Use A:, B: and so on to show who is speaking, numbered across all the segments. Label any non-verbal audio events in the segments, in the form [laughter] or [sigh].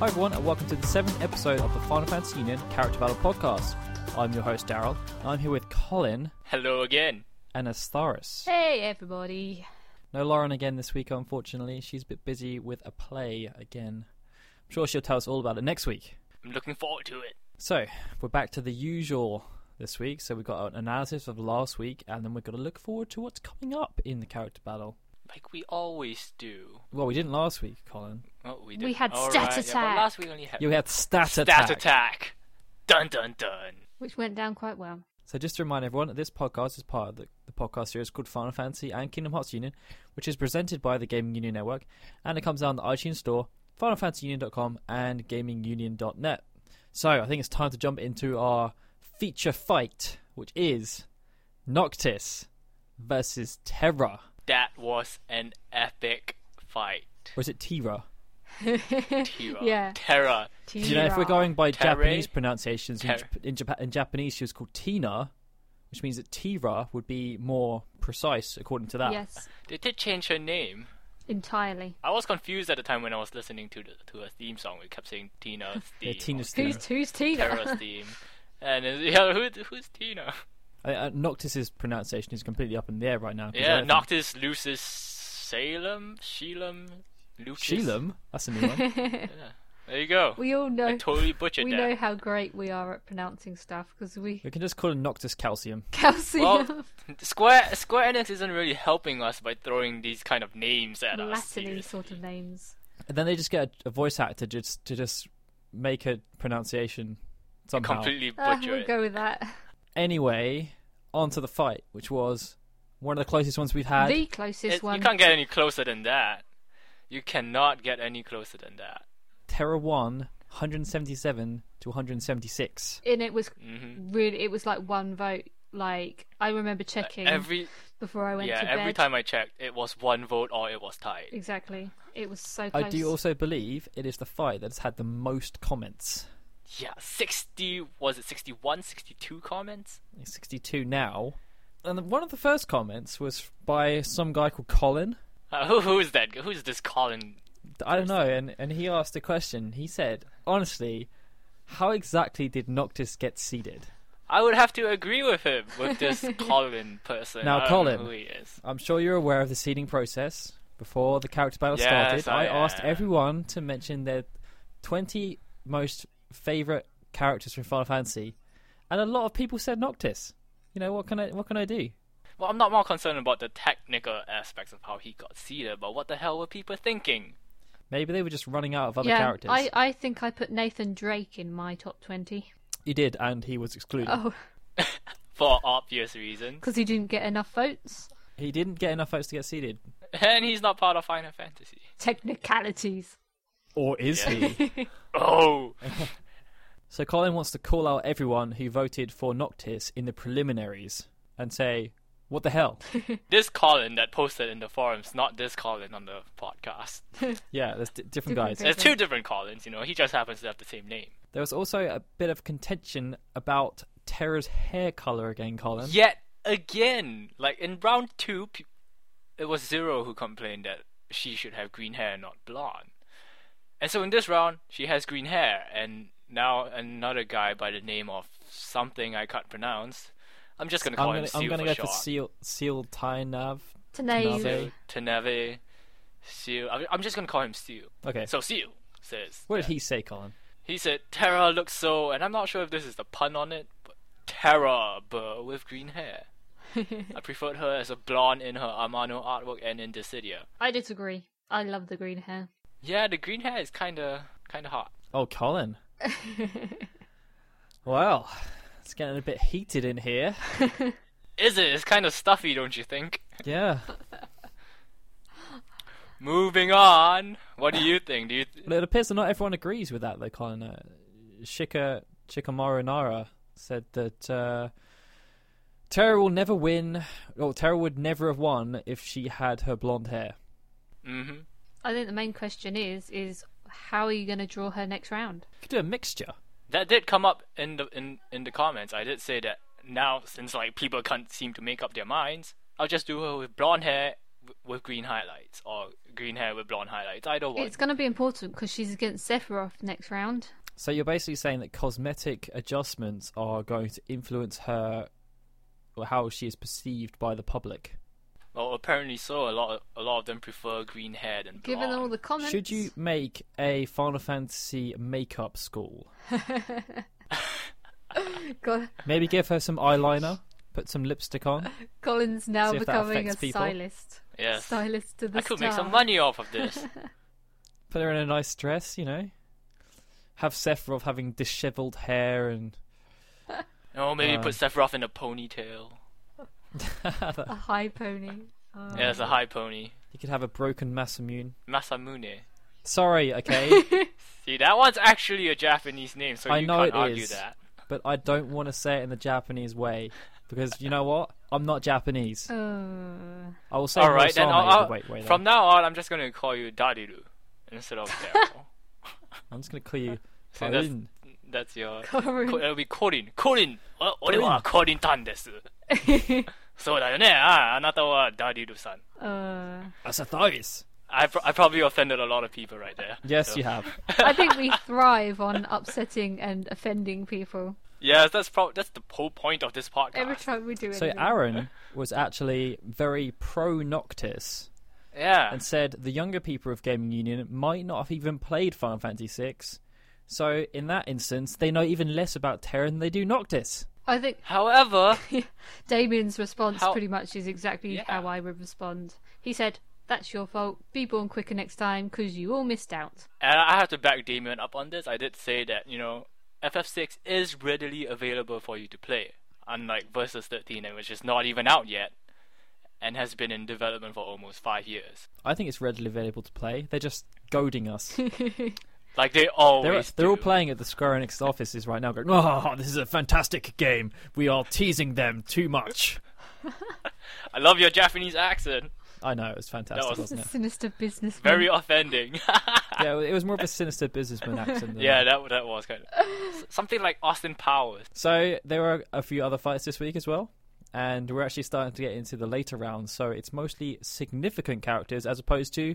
A: Hi everyone, and welcome to the seventh episode of the Final Fantasy Union Character Battle Podcast. I'm your host Daryl, and I'm here with Colin
B: Hello again.
A: and Astaris.
C: Hey everybody.
A: No Lauren again this week, unfortunately. She's a bit busy with a play again. I'm sure she'll tell us all about it next week.
B: I'm looking forward to it.
A: So we're back to the usual this week. So we've got an analysis of last week, and then we're going to look forward to what's coming up in the character battle.
B: Like we always do.
A: Well, we didn't last week, Colin.
B: Oh, we
C: We
B: did.
C: had
B: All
C: Stat
B: right, yeah, but
C: Attack.
B: last week only had
A: Yeah, we had stat,
B: Stat
A: attack.
B: Attack. Dun dun dun.
C: Which went down quite well.
A: So just to remind everyone, this podcast is part of the, the podcast series called Final Fantasy and Kingdom Hearts Union, which is presented by the Gaming Union Network, and it comes out on the iTunes Store, FinalFantasyUnion.com, and GamingUnion.net. So I think it's time to jump into our feature fight, which is Noctis versus Terra.
B: That was an epic fight.
A: Or is it Tira?
C: [laughs]
B: Tira.
C: Yeah.
B: Terra.
A: Do you know if we're going by
B: Terra?
A: Japanese pronunciations in,
B: Terra.
A: Jap- in, Jap- in Japanese, she was called Tina, which means that Tira would be more precise according to that.
C: Yes,
B: They did change her name.
C: entirely.
B: I was confused at the time when I was listening to the to her theme song. We kept saying
C: [laughs]
B: Tina's theme.
A: Yeah, Tina's
B: or
A: theme.
C: Who's who's Tina? [laughs]
B: Terra's theme. And it's- yeah, who, who's Tina?
A: I- Uh, Noctis's pronunciation is completely up in the air right now. 'cause I
B: Yeah,
A: don't
B: Noctis, Lucis, Salem, Shelem,
A: think-
B: Lucis.
A: Shelam? That's a new one.
C: [laughs]
B: There you go.
C: we all
B: I
C: know
B: totally butchered
C: we
B: that.
C: know how great we are at pronouncing stuff because we [laughs]
A: we can just call it Noctis Calcium.
C: calcium
B: Well, Square Square Enix isn't really helping us by throwing these kind of names at us.
C: Latin
B: seriously.
C: sort of names.
A: And then they just get a, a voice actor just to just make a pronunciation somehow.
B: Completely
C: Ah,
B: butcher
C: we'll
B: it.
C: go with that.
A: Anyway, on to the fight, which was one of the closest ones we've had.
C: the closest
B: It-
C: one.
B: You can't get any closer than that. You cannot get any closer than that.
A: Terra 1, 177 to 176.
C: And it was
B: hmm
C: really it was like one vote. Like I remember checking
B: Uh, Every
C: before I went
B: yeah,
C: to bed.
B: every time I checked, it was one vote or it was tied.
C: Exactly. It was so close.
A: I do also believe it is the fight that has had the most comments.
B: Yeah, sixty was it 61, 62 comments?
A: He's 62 now. And one of the first comments was by some guy called Colin.
B: Uh, who who's that? g- Who's this Colin?
A: I don't know, and, and he asked a question. He said, honestly, how exactly did Noctis get seeded?
B: I would have to agree with him with
C: [laughs]
B: this Colin person.
A: Now,
B: I don't know
A: Colin.
B: who he is.
A: I'm sure you're aware of the seeding process. Before the character battle
B: Yes,
A: started, I,
B: I
A: asked
B: am.
A: everyone to mention their 20 most favorite characters from Final Fantasy, and a lot of people said Noctis. You know what can I what can I do?
B: Well, I'm not more concerned about the technical aspects of how he got seated, but what the hell were people thinking?
A: Maybe they were just running out of other
C: yeah,
A: characters.
C: I, I think I put Nathan Drake in my top 20.
A: You did, and he was excluded.
C: Oh,
B: For obvious reasons. [laughs]
C: because he didn't get enough votes?
A: He didn't get enough votes to get seeded.
B: And he's not part of Final Fantasy.
C: Technicalities.
A: Or is [laughs] he?
B: Oh!
A: so Colin wants to call out everyone who voted for Noctis in the preliminaries and say, what the hell?
B: this Colin that posted in the forums, not this Colin on the podcast.
A: yeah, there's d- different
C: Different
A: guys.
C: people.
B: There's two different Collins, you know, he just happens to have the same name.
A: There was also a bit of contention about Terra's hair color again, Colin.
B: Yet again, like in round two, pe- it was Zero who complained that she should have green hair, not blonde. And so in this round, she has green hair, and now another guy by the name of something I can't pronounce. I'm just gonna
A: I'm
B: call
A: gonna,
B: him Seal
A: I'm gonna go
B: for
A: for
B: short.
A: Seal Seal Tynav.
C: Tenave.
A: Tenave.
B: Teneve, Seal. I'm- I'm just gonna call him Seal.
A: Okay.
B: So Seal says.
A: what did
B: that-
A: he say, Colin?
B: He said Terra looks so, and I'm not sure if this is the pun on it, but Terra Burr with green hair. I preferred her as a blonde in her Amano artwork and in Dissidia.
C: I disagree. I love the green hair.
B: Yeah, the green hair is kinda kinda hot.
A: Oh, Colin. well, it's getting a bit heated in here.
B: Is it? It's kinda stuffy, don't you think?
A: Yeah.
B: Moving on. What do you think? Do you? Th-
A: Well, it appears that not everyone agrees with that, though, Colin. Uh, Shika Shikamaru Nara said that uh, Terra will never win, or Terra would never have won if she had her blonde hair.
B: mm-hmm.
C: I think the main question is, is how are you going to draw her next round?
A: You could do a mixture.
B: That did come up in the in in the comments. I did say that now since like people can't seem to make up their minds, I'll just do her with blonde hair w- with green highlights or green hair with blonde highlights. Either one.
C: It's going to be important because she's against Sephiroth next round.
A: So you're basically saying that cosmetic adjustments are going to influence her or how she is perceived by the public.
B: Well, apparently so. A lot, of, a lot of them prefer green hair than blonde.
C: Given all the comments,
A: Should you make a Final Fantasy makeup school?
C: [laughs] Col-
A: Maybe give her some eyeliner, put some lipstick on.
C: Colin's now
A: See if that
C: becoming a
A: affects people.
C: stylist.
B: Yes.
C: Stylist to the
B: I could
C: star.
B: make some money off of
C: [laughs]
B: this.
A: Put her in a nice dress, you know. Have Sephiroth having dishevelled hair and [laughs]
B: oh, maybe
A: Uh.
B: put Sephiroth in a ponytail.
C: A high pony. Oh.
B: Yeah, it's a high pony.
A: you could have a broken Masamune.
B: Masamune.
A: Sorry, okay,
B: See, that one's actually a Japanese name, so
A: I
B: you
A: know
B: can't
A: it
B: argue
A: is.
B: that.
A: but I don't want to say it in the Japanese way because you know what? I'm not Japanese. [laughs]
C: Oh.
A: I will say
B: All right, then.
A: Murasame
B: I'll,
A: is the
B: I'll-
A: right way there.
B: from now on, I'm just going to call you Dadiru instead
C: [laughs]
B: of Daryl.
A: I'm just gonna call
B: [laughs]
A: you
B: So that's-
A: Karin.
B: That's your.
C: [laughs] Corin.
B: Ko- it'll be Corin. Corin. Wa- Ore wa
A: Corin.
B: Corin tan desu. So da yo ne. Ah, anata wa Dadiru san.
C: Uh,
A: That's a thais.
B: I, pro- I probably offended a lot of people right there.
A: Yes,
B: So-
A: you have.
C: I think we thrive on upsetting and offending people
B: Yes, that's pro- that's the whole point of this podcast.
C: every time we do it.
A: So Aaron was actually very pro Noctis
B: yeah.
A: and said the younger people of Gaming Union might not have even played Final Fantasy VI. So in that instance, they know even less about Terran than they do Noctis.
C: I think [laughs]
B: However, [laughs]
C: Damien's response
B: How-
C: pretty much is exactly
B: Yeah.
C: how I would respond. He said, "That's your fault. Be born quicker next time, because you all missed out."
B: and I have to back Damien up on this. I did say that you know FF6 is readily available for you to play, unlike Versus 13, which is not even out yet, and has been in development for almost five years.
A: I think it's readily available to play. They're just goading
B: [laughs]
A: us.
B: Like they always
A: They're, they're
B: do.
A: all playing at the Square Enix offices right now, going, "Oh, this is a fantastic game. We are teasing them too much."
B: I love your Japanese accent.
A: I know it was fantastic,
B: was-
A: was...
B: [laughs]
A: not it?
C: Sinister business.
B: Very
A: Hmm.
B: offending. [laughs]
A: yeah, it was more of a sinister businessman accent. Than
B: yeah, that that was kind of S- something like Austin Powers.
A: So there were a few other fights this week as well, and we're actually starting to get into the later rounds. So it's mostly significant characters as opposed to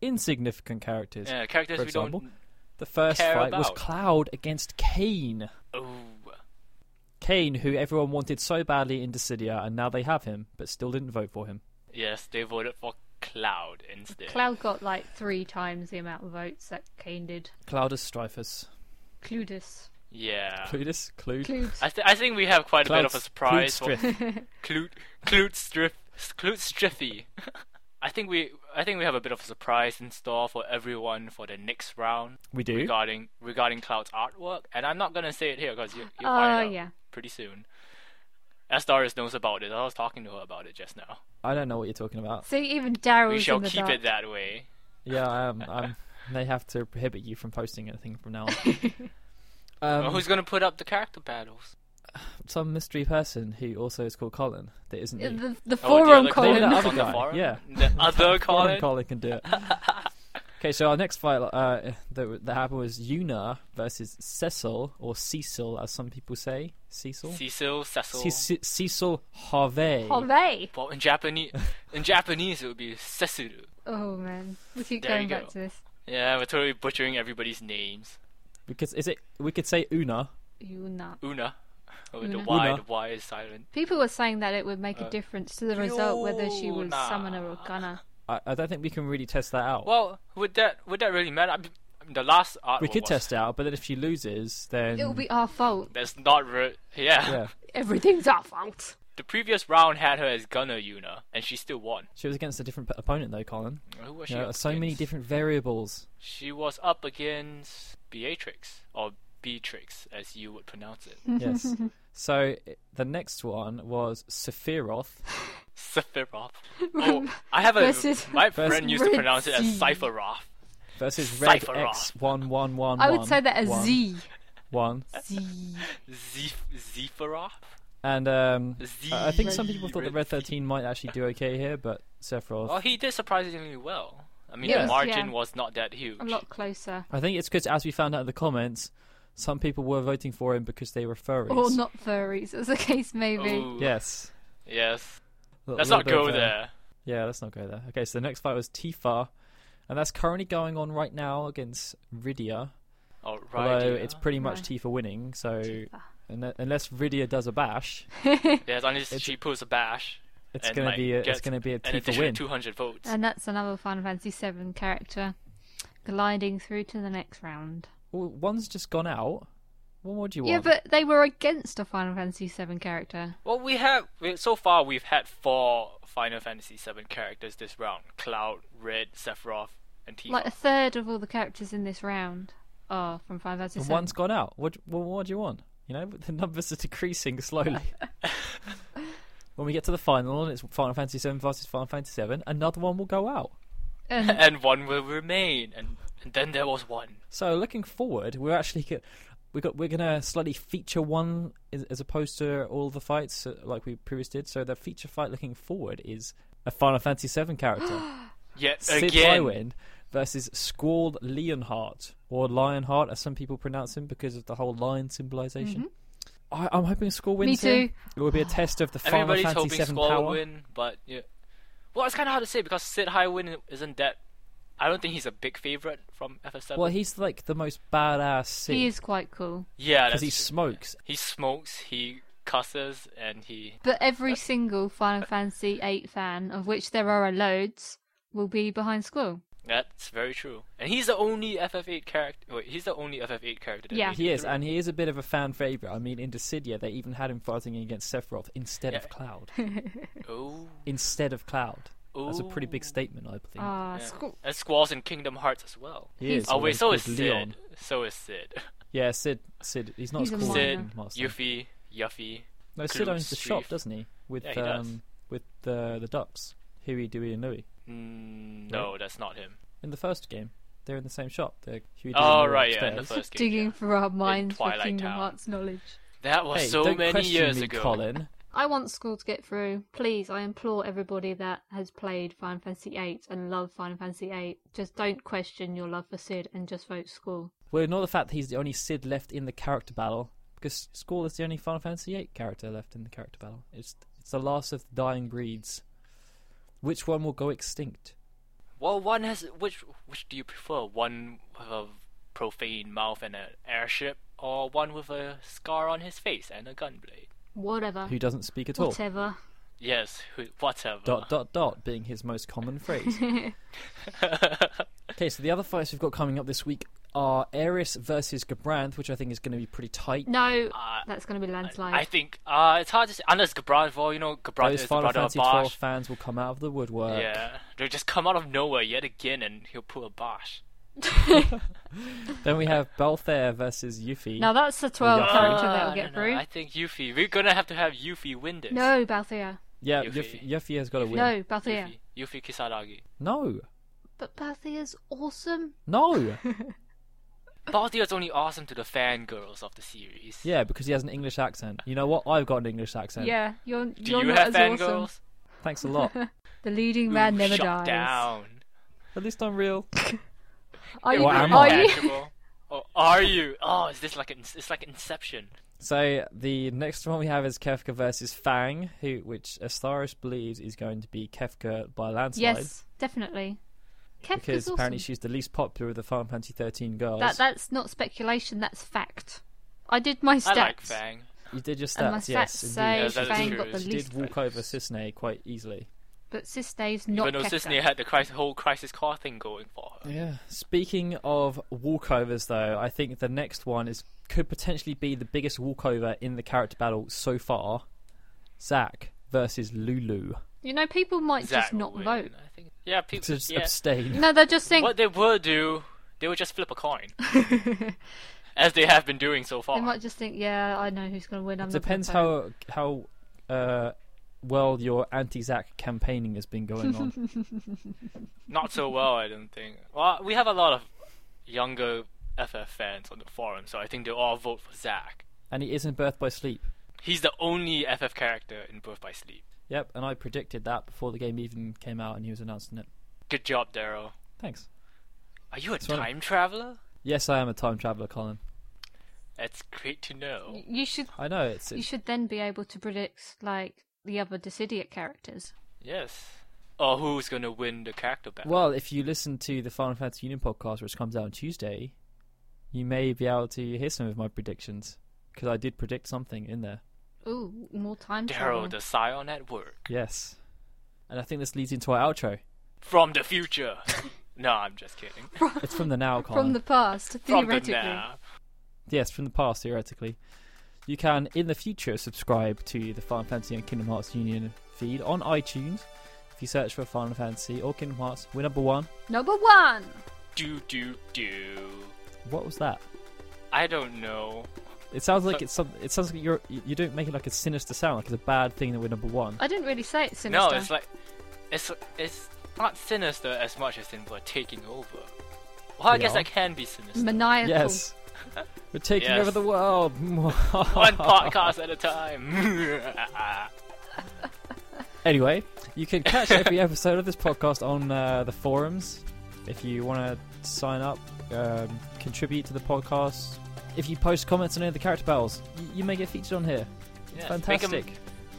A: insignificant characters.
B: Yeah, characters
A: For
B: we
A: example?
B: don't.
A: The first
B: Care
A: fight was
B: about.
A: Cloud against Kane.
B: Oh,
A: Kane, who everyone wanted so badly in Dissidia, and now they have him, but still didn't vote for him.
B: yes, they voted for Cloud instead.
C: Cloud got like three times the amount of votes that Kane did.
A: Cloudus Strifus.
C: Cludus.
B: Yeah.
A: Cludus? Clud?
C: Clued.
B: I, th- I think we have quite a bit of a
A: Clouds-
B: surprise for
A: Cludstriff.
B: Clute Clute Striff Clute Striffy. [laughs] I think we I think we have a bit of a surprise in store for everyone for the next round
A: [laughs] we do.
B: regarding regarding Cloud's artwork, and I'm not gonna say it here because you you
C: Oh,
B: find out
C: yeah.
B: pretty soon. As Doris knows about it, I was talking to her about it just now.
A: I don't know what you're talking about.
C: See, even Daryl's
B: We shall
C: in the
B: keep
C: dark.
B: it that way.
A: Yeah, I am. I'm, they have to prohibit you from posting anything from now on. Um,
B: Well, who's gonna put up the character battles?
A: some mystery person who also is called Colin that isn't you. [laughs]
B: Oh, the
C: The, the forum
B: other
C: column.
A: Colin.
B: Colin
A: other
B: on the
A: guy,
B: forum?
A: yeah.
B: the other
A: Colin.
B: Colin.
A: Colin can do
B: [laughs]
A: it. okay, so our next fight uh, that, that happened was Yuna versus Cecil, or Cecil as some people say. Cecil?
B: Cecil Cecil.
A: Ce- Ce- Cecil Harvey.
C: [laughs] Harvey.
B: Well, in Japanese, in Japanese it would be Cecil.
C: Oh man, we keep
B: There
C: going
B: you
C: back
B: go.
C: to this.
B: Yeah, we're totally butchering everybody's names.
A: Because is it? We could say Una.
C: You nut.
B: Una. Oh, The
C: Una.
B: Y,
A: Una.
B: the Y is silent.
C: People were saying that it would make a
B: Uh,
C: difference to the result whether she was
B: Yuna.
C: summoner or gunner.
A: I, I don't think we can really test that out.
B: Well, would that would that really matter? I mean, I mean, the last art
A: we could
B: was,
A: test it out, but then if she loses, then
C: It'll be our fault.
B: That's not re- yeah.
A: yeah.
C: Everything's our fault.
B: The previous round had her as Gunner Una, and she still won.
A: She was against a different p- opponent though, Colin.
B: Who was she?
A: You know,
B: up
A: so many
B: against?
A: different
C: [laughs]
A: variables.
B: She was up against Beatrix or Beatrix, as you would pronounce
C: Mm.
B: it.
A: yes. So i- the next one was Sephiroth
C: [laughs]
B: Sephiroth. Oh, I have a.
C: Versus-
B: my friend used to
C: Red
B: pronounce it as
C: Sea.
B: Cypheroth.
A: versus Red
B: Cypher
A: X one one one.
C: I would say that as
A: one, [laughs]
C: Z.
A: one.
C: Z.
B: Zeph- Zephyroth?
A: And um,
B: Z-
A: I I think some people thought that
B: Red
A: Red
B: Sea.
A: Thirteen might actually do okay here, but Sephiroth.
B: Well, Oh, he did surprisingly well. I mean,
A: Yeah.
B: the margin
C: Yeah.
B: was not that huge.
C: A lot closer.
A: I think it's because as we found out in the comments, some people were voting for him because they were furries.
C: Or not furries, as the case may be.
B: Ooh,
A: Yes.
B: Oh, Yes.
A: A
B: Let's
A: little
B: not
A: bit of
B: go
A: a-
B: there.
A: Yeah, let's not go there. Okay, so the next fight was Tifa, and that's currently going on right now against Rydia.
B: All right.
A: Although it's pretty much
C: Right.
A: Tifa winning, so
C: Tifa.
A: unle- unless Rydia does a bash,
B: yes, unless
A: it's-
B: she pulls a bash.
A: it's
B: and,
A: gonna
B: like,
A: be a, it's
B: gets
A: gonna be a
B: An
A: Tifa
B: additional
A: win.
B: 200 votes.
C: And that's another Final Fantasy VII character gliding through to the next round.
A: Well, one's just gone out. What more do you
C: Yeah,
A: want?
C: but they were against a Final Fantasy VII character.
B: Well, we have we, so far we've had four Final Fantasy VII characters this round: Cloud, Red, Sephiroth, and Tifa.
C: Like a third of all the characters in this round are from Final Fantasy
A: and
C: VII.
A: one's gone out. What well, what do you want? You know, [laughs] the numbers are decreasing
C: [laughs]
A: slowly. when we get to the final, and it's Final Fantasy VII versus Final Fantasy VII, another one will go out. [laughs]
C: And
B: [laughs] and one will remain. And, and then there was one.
A: So looking forward, we're actually go- we got we're gonna slightly feature one as, as opposed to all the fights uh, like we previously did. So the feature fight looking forward is a Final Fantasy VII
C: [gasps]
A: character, [gasps]
B: Yet
A: Sid
B: again.
A: Lywin, versus Squall Leonhart or Lionheart, as some people pronounce him because of the whole lion symbolization. I, I'm hoping Squall
C: Mm-hmm. Me
A: wins. here.
C: too.
A: It will be a test of the Final
B: Everybody's
A: Fantasy
B: hoping
A: VII
B: Squall
A: power.
B: will win, but yeah. Well, it's kind of hard to say because Sid Highwind isn't that. I don't think he's a big favorite from FF7.
A: Well, he's like the most badass Sid
C: he is quite cool.
B: yeah,
A: because
B: that's
A: he
B: true.
A: smokes.
B: He smokes, he cusses, and he.
C: But every single Final Fantasy VIII fan, of which there are loads, will be behind school.
B: That's very true. And he's the only FF8 character. Wait, he's the only FF8 character. That
C: Yeah.
B: made
A: He
B: it
A: is,
B: through.
A: and he is a bit of a fan favorite. I mean, in Dissidia, they even had him fighting against Sephiroth instead
B: Yeah.
A: of Cloud. [laughs]
B: Oh.
A: instead of Cloud. That's a pretty big
B: Ooh.
A: statement, I believe.
C: Ah,
B: Oh, Yeah.
C: school.
B: And Squall's in Kingdom Hearts as well.
A: he is.
B: oh
A: although
B: wait,
A: he's
B: so is
A: called
B: Sid.
A: Leon.
B: So is Sid.
A: Yeah, Sid. Sid. He's not
C: He's a
A: as cool.
C: minor.
B: Sid,
A: in Master.
B: Yuffie, Yuffie.
A: No, Sid owns the
B: Gloom's
A: shop,
B: Reef.
A: doesn't he? With
B: Yeah, he
A: um,
B: does.
A: with the the ducks, Huey, Dewey, and Louie.
B: Mm, no, that's not him.
A: In the first game, they're in the same shop. They're Huey, Dewey,
B: Oh
A: and Louie
B: right, yeah, in the
A: upstairs.
B: first game.
C: Digging
B: yeah.
C: for our minds for
B: Twilight
C: Kingdom
B: Town.
C: Hearts knowledge.
B: That was
A: Hey,
B: so
A: don't
B: many
A: question
B: years
A: me,
B: ago.
A: Colin.
C: I want school to get through. Please, I implore everybody that has played Final Fantasy VIII and love Final Fantasy VIII, just don't question your love for Sid and just vote school.
A: Well, ignore the fact that he's the only Sid left in the character battle because Squall is the only Final Fantasy VIII character left in the character battle. It's it's the last of the dying breeds. Which one will go extinct?
B: Well, one has which which do you prefer? One with a profane mouth and an airship, or one with a scar on his face and a gunblade?
C: Whatever.
A: Who doesn't speak at all?
C: Whatever.
B: Yes, who, whatever.
A: Dot
B: [laughs]
A: dot dot being his most common phrase.
B: Uh,
A: okay, so the other fights we've got coming up this week are Eris versus Gabranth, which I think is going to be pretty tight.
C: No,
B: Uh,
C: that's going to be landslide.
B: I think uh, it's hard to say unless Gabran. Well, you know, Gabran
A: Those
B: is the
A: Final
B: brother of
A: Fantasy uh,
B: Bosch.
A: twelve fans will come out of the woodwork.
B: Yeah, they'll just come out of nowhere yet again, and he'll pull a Bosch.
A: Then we have Balthair versus Yuffie.
C: Now that's the 12
A: Yuffie.
C: character
B: Ah,
C: that'll
B: no,
C: get
B: no,
C: through.
B: I think Yuffie. We're gonna have to have Yuffie win this.
C: No, Balthea.
A: yeah,
B: Yuffie.
A: Yuffie. Yuffie has got to win.
C: No, Balthea.
B: Yuffie, Yuffie Kisaragi.
A: No,
C: But Balthea's awesome. [laughs]
A: no.
B: Balthia's only awesome to the fangirls of the series.
A: yeah, because he has an English accent. You know what? I've got an English accent.
C: Yeah, you're,
B: Do
C: you're
B: you
C: not
B: have
C: as awesome.
B: fangirls?
A: Thanks a
C: [laughs]
A: lot.
C: The leading
B: Ooh,
C: man never
B: shut
C: dies.
B: down.
A: At least I'm real.
C: Are you?
A: Well, I'm
C: are
A: not.
C: you?
B: Tangible. Oh, are you? Oh, is this like an, it's like Inception?
A: So the next one we have is Kefka versus Fang, who which Astaris believes is going to be Kefka by a landslide.
C: [laughs] Yes, definitely. Kefka's
A: Because
C: awesome.
A: apparently she's the least popular of the Final Fantasy 13 girls.
C: That that's not speculation. That's fact. I did my stats.
B: I like Fang.
A: you did your stats,
C: and my
A: yes.
C: stats
A: indeed.
C: say
B: Yeah, that is
C: Fang
B: true.
C: got the
B: She
A: She
C: least,
A: did walk over Cisne quite easily.
C: but Sistae's not.
B: Even though
C: Kefka.
B: Sisney had the crisis, whole crisis core thing going for her.
A: Yeah. Speaking of walkovers, though, I think the next one is could potentially be the biggest walkover in the character battle so far. Zack versus Lulu.
C: You know, people might
B: Zack
C: just not
B: will win,
C: vote.
B: I think. Yeah, people.
A: To just
B: yeah.
A: abstain.
C: No, they just think
B: What they will do, they will just flip a
C: [laughs]
B: coin, as they have been doing so far.
C: they might just think, yeah, I know who's going to win. I'm
A: It
C: not
A: depends
C: gonna vote.
A: how how uh, well your anti Zack campaigning has been going
C: [laughs]
A: on.
B: Not so well, I don't think. Well, we have a lot of younger FF fans on the forum, so I think they'll all vote for Zack.
A: and he is in Birth by Sleep.
B: He's the only FF character in Birth by Sleep.
A: Yep, and I predicted that before the game even came out and he was announcing it.
B: Good job, Daryl.
A: Thanks.
B: Are you a
A: It's one of-
B: time traveler?
A: Yes, I am a time traveler, Colin.
B: That's great to know.
C: you should
A: I know it's,
C: you
A: it's
C: should then be able to predict like the other Decidiate characters.
B: Yes. or who's gonna win the character battle.
A: Well, if you listen to the Final Fantasy Union podcast, which comes out on Tuesday, you may be able to hear some of my predictions because I did predict something in there.
C: Ooh, more time travel.
B: Daryl,
C: [laughs]
B: the Scion at work
A: Yes, and I think this leads into our outro.
B: from the future. [laughs] no, I'm just kidding.
C: [laughs]
A: It's from the now, Colin.
C: From the past,
B: From the
C: theoretically.
B: now.
A: Yes, from the past, theoretically. You can, in the future, subscribe to the Final Fantasy and Kingdom Hearts Union feed on iTunes. If you search for Final Fantasy or Kingdom Hearts, we're number one.
C: Number one.
B: Do do do.
A: What was that?
B: I don't know.
A: It sounds like it's some. It sounds like you're. You you don't make it like a sinister sound, like it's a bad thing that we're number one.
C: I didn't really say it sinister.
B: No, it's like it's it's not sinister as much as in we're taking over. Well, I
A: We
B: guess
A: are.
B: I can be sinister.
C: [laughs] maniacal.
A: Yes, [laughs] we're taking
B: Yes.
A: over the world.
B: [laughs]
A: [laughs]
B: One podcast at a [laughs] time.
A: Anyway, you can catch every episode of this podcast on uh, the forums. If you want to sign up, um, contribute to the podcast. If you post comments on any of the character battles, you, you may get featured on here. It's
B: Yes, make 'em
A: fantastic.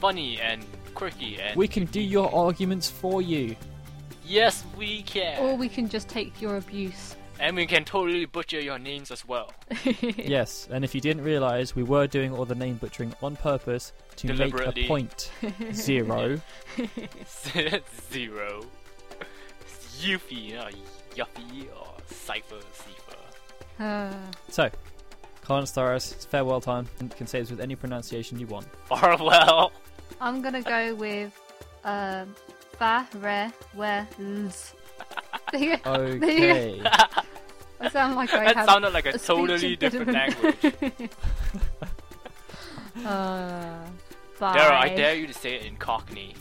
B: funny and quirky and
A: We can do your arguments for
B: [laughs]
A: you.
B: yes, we can.
C: Or Oh, we can just take your abuse.
B: And we can totally butcher your names as well. [laughs]
A: Yes, and if you didn't realise, we were doing all the name butchering on purpose to make a
B: Deliberately. [laughs]
A: point. Zero.
B: Zero. Yuffie or Yuffie or Cypher Cypher.
C: [laughs]
B: [laughs]
C: Uh,
A: So, Colin Staros, it's farewell time. You can say this with any pronunciation you want.
B: Or well,
C: I'm gonna go with uh, ba re where ls. [laughs] There you go.
A: Okay.
C: I sound like I
B: that
C: have.
B: sounded like a,
C: a speech
B: totally different
C: impediment.
B: language.
C: Uh, [laughs] bye.
B: Daryl, I dare you to say it in Cockney.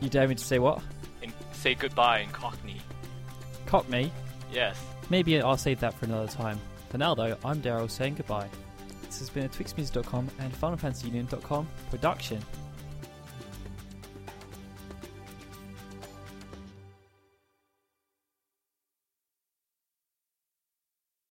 A: you dare me to say what?
B: And say goodbye in Cockney.
A: Cockney?
B: Yes.
A: Maybe I'll save that for another time. For now, though, I'm Daryl saying goodbye. This has been a TwixMusic.com and FinalFantasyUnion.com production.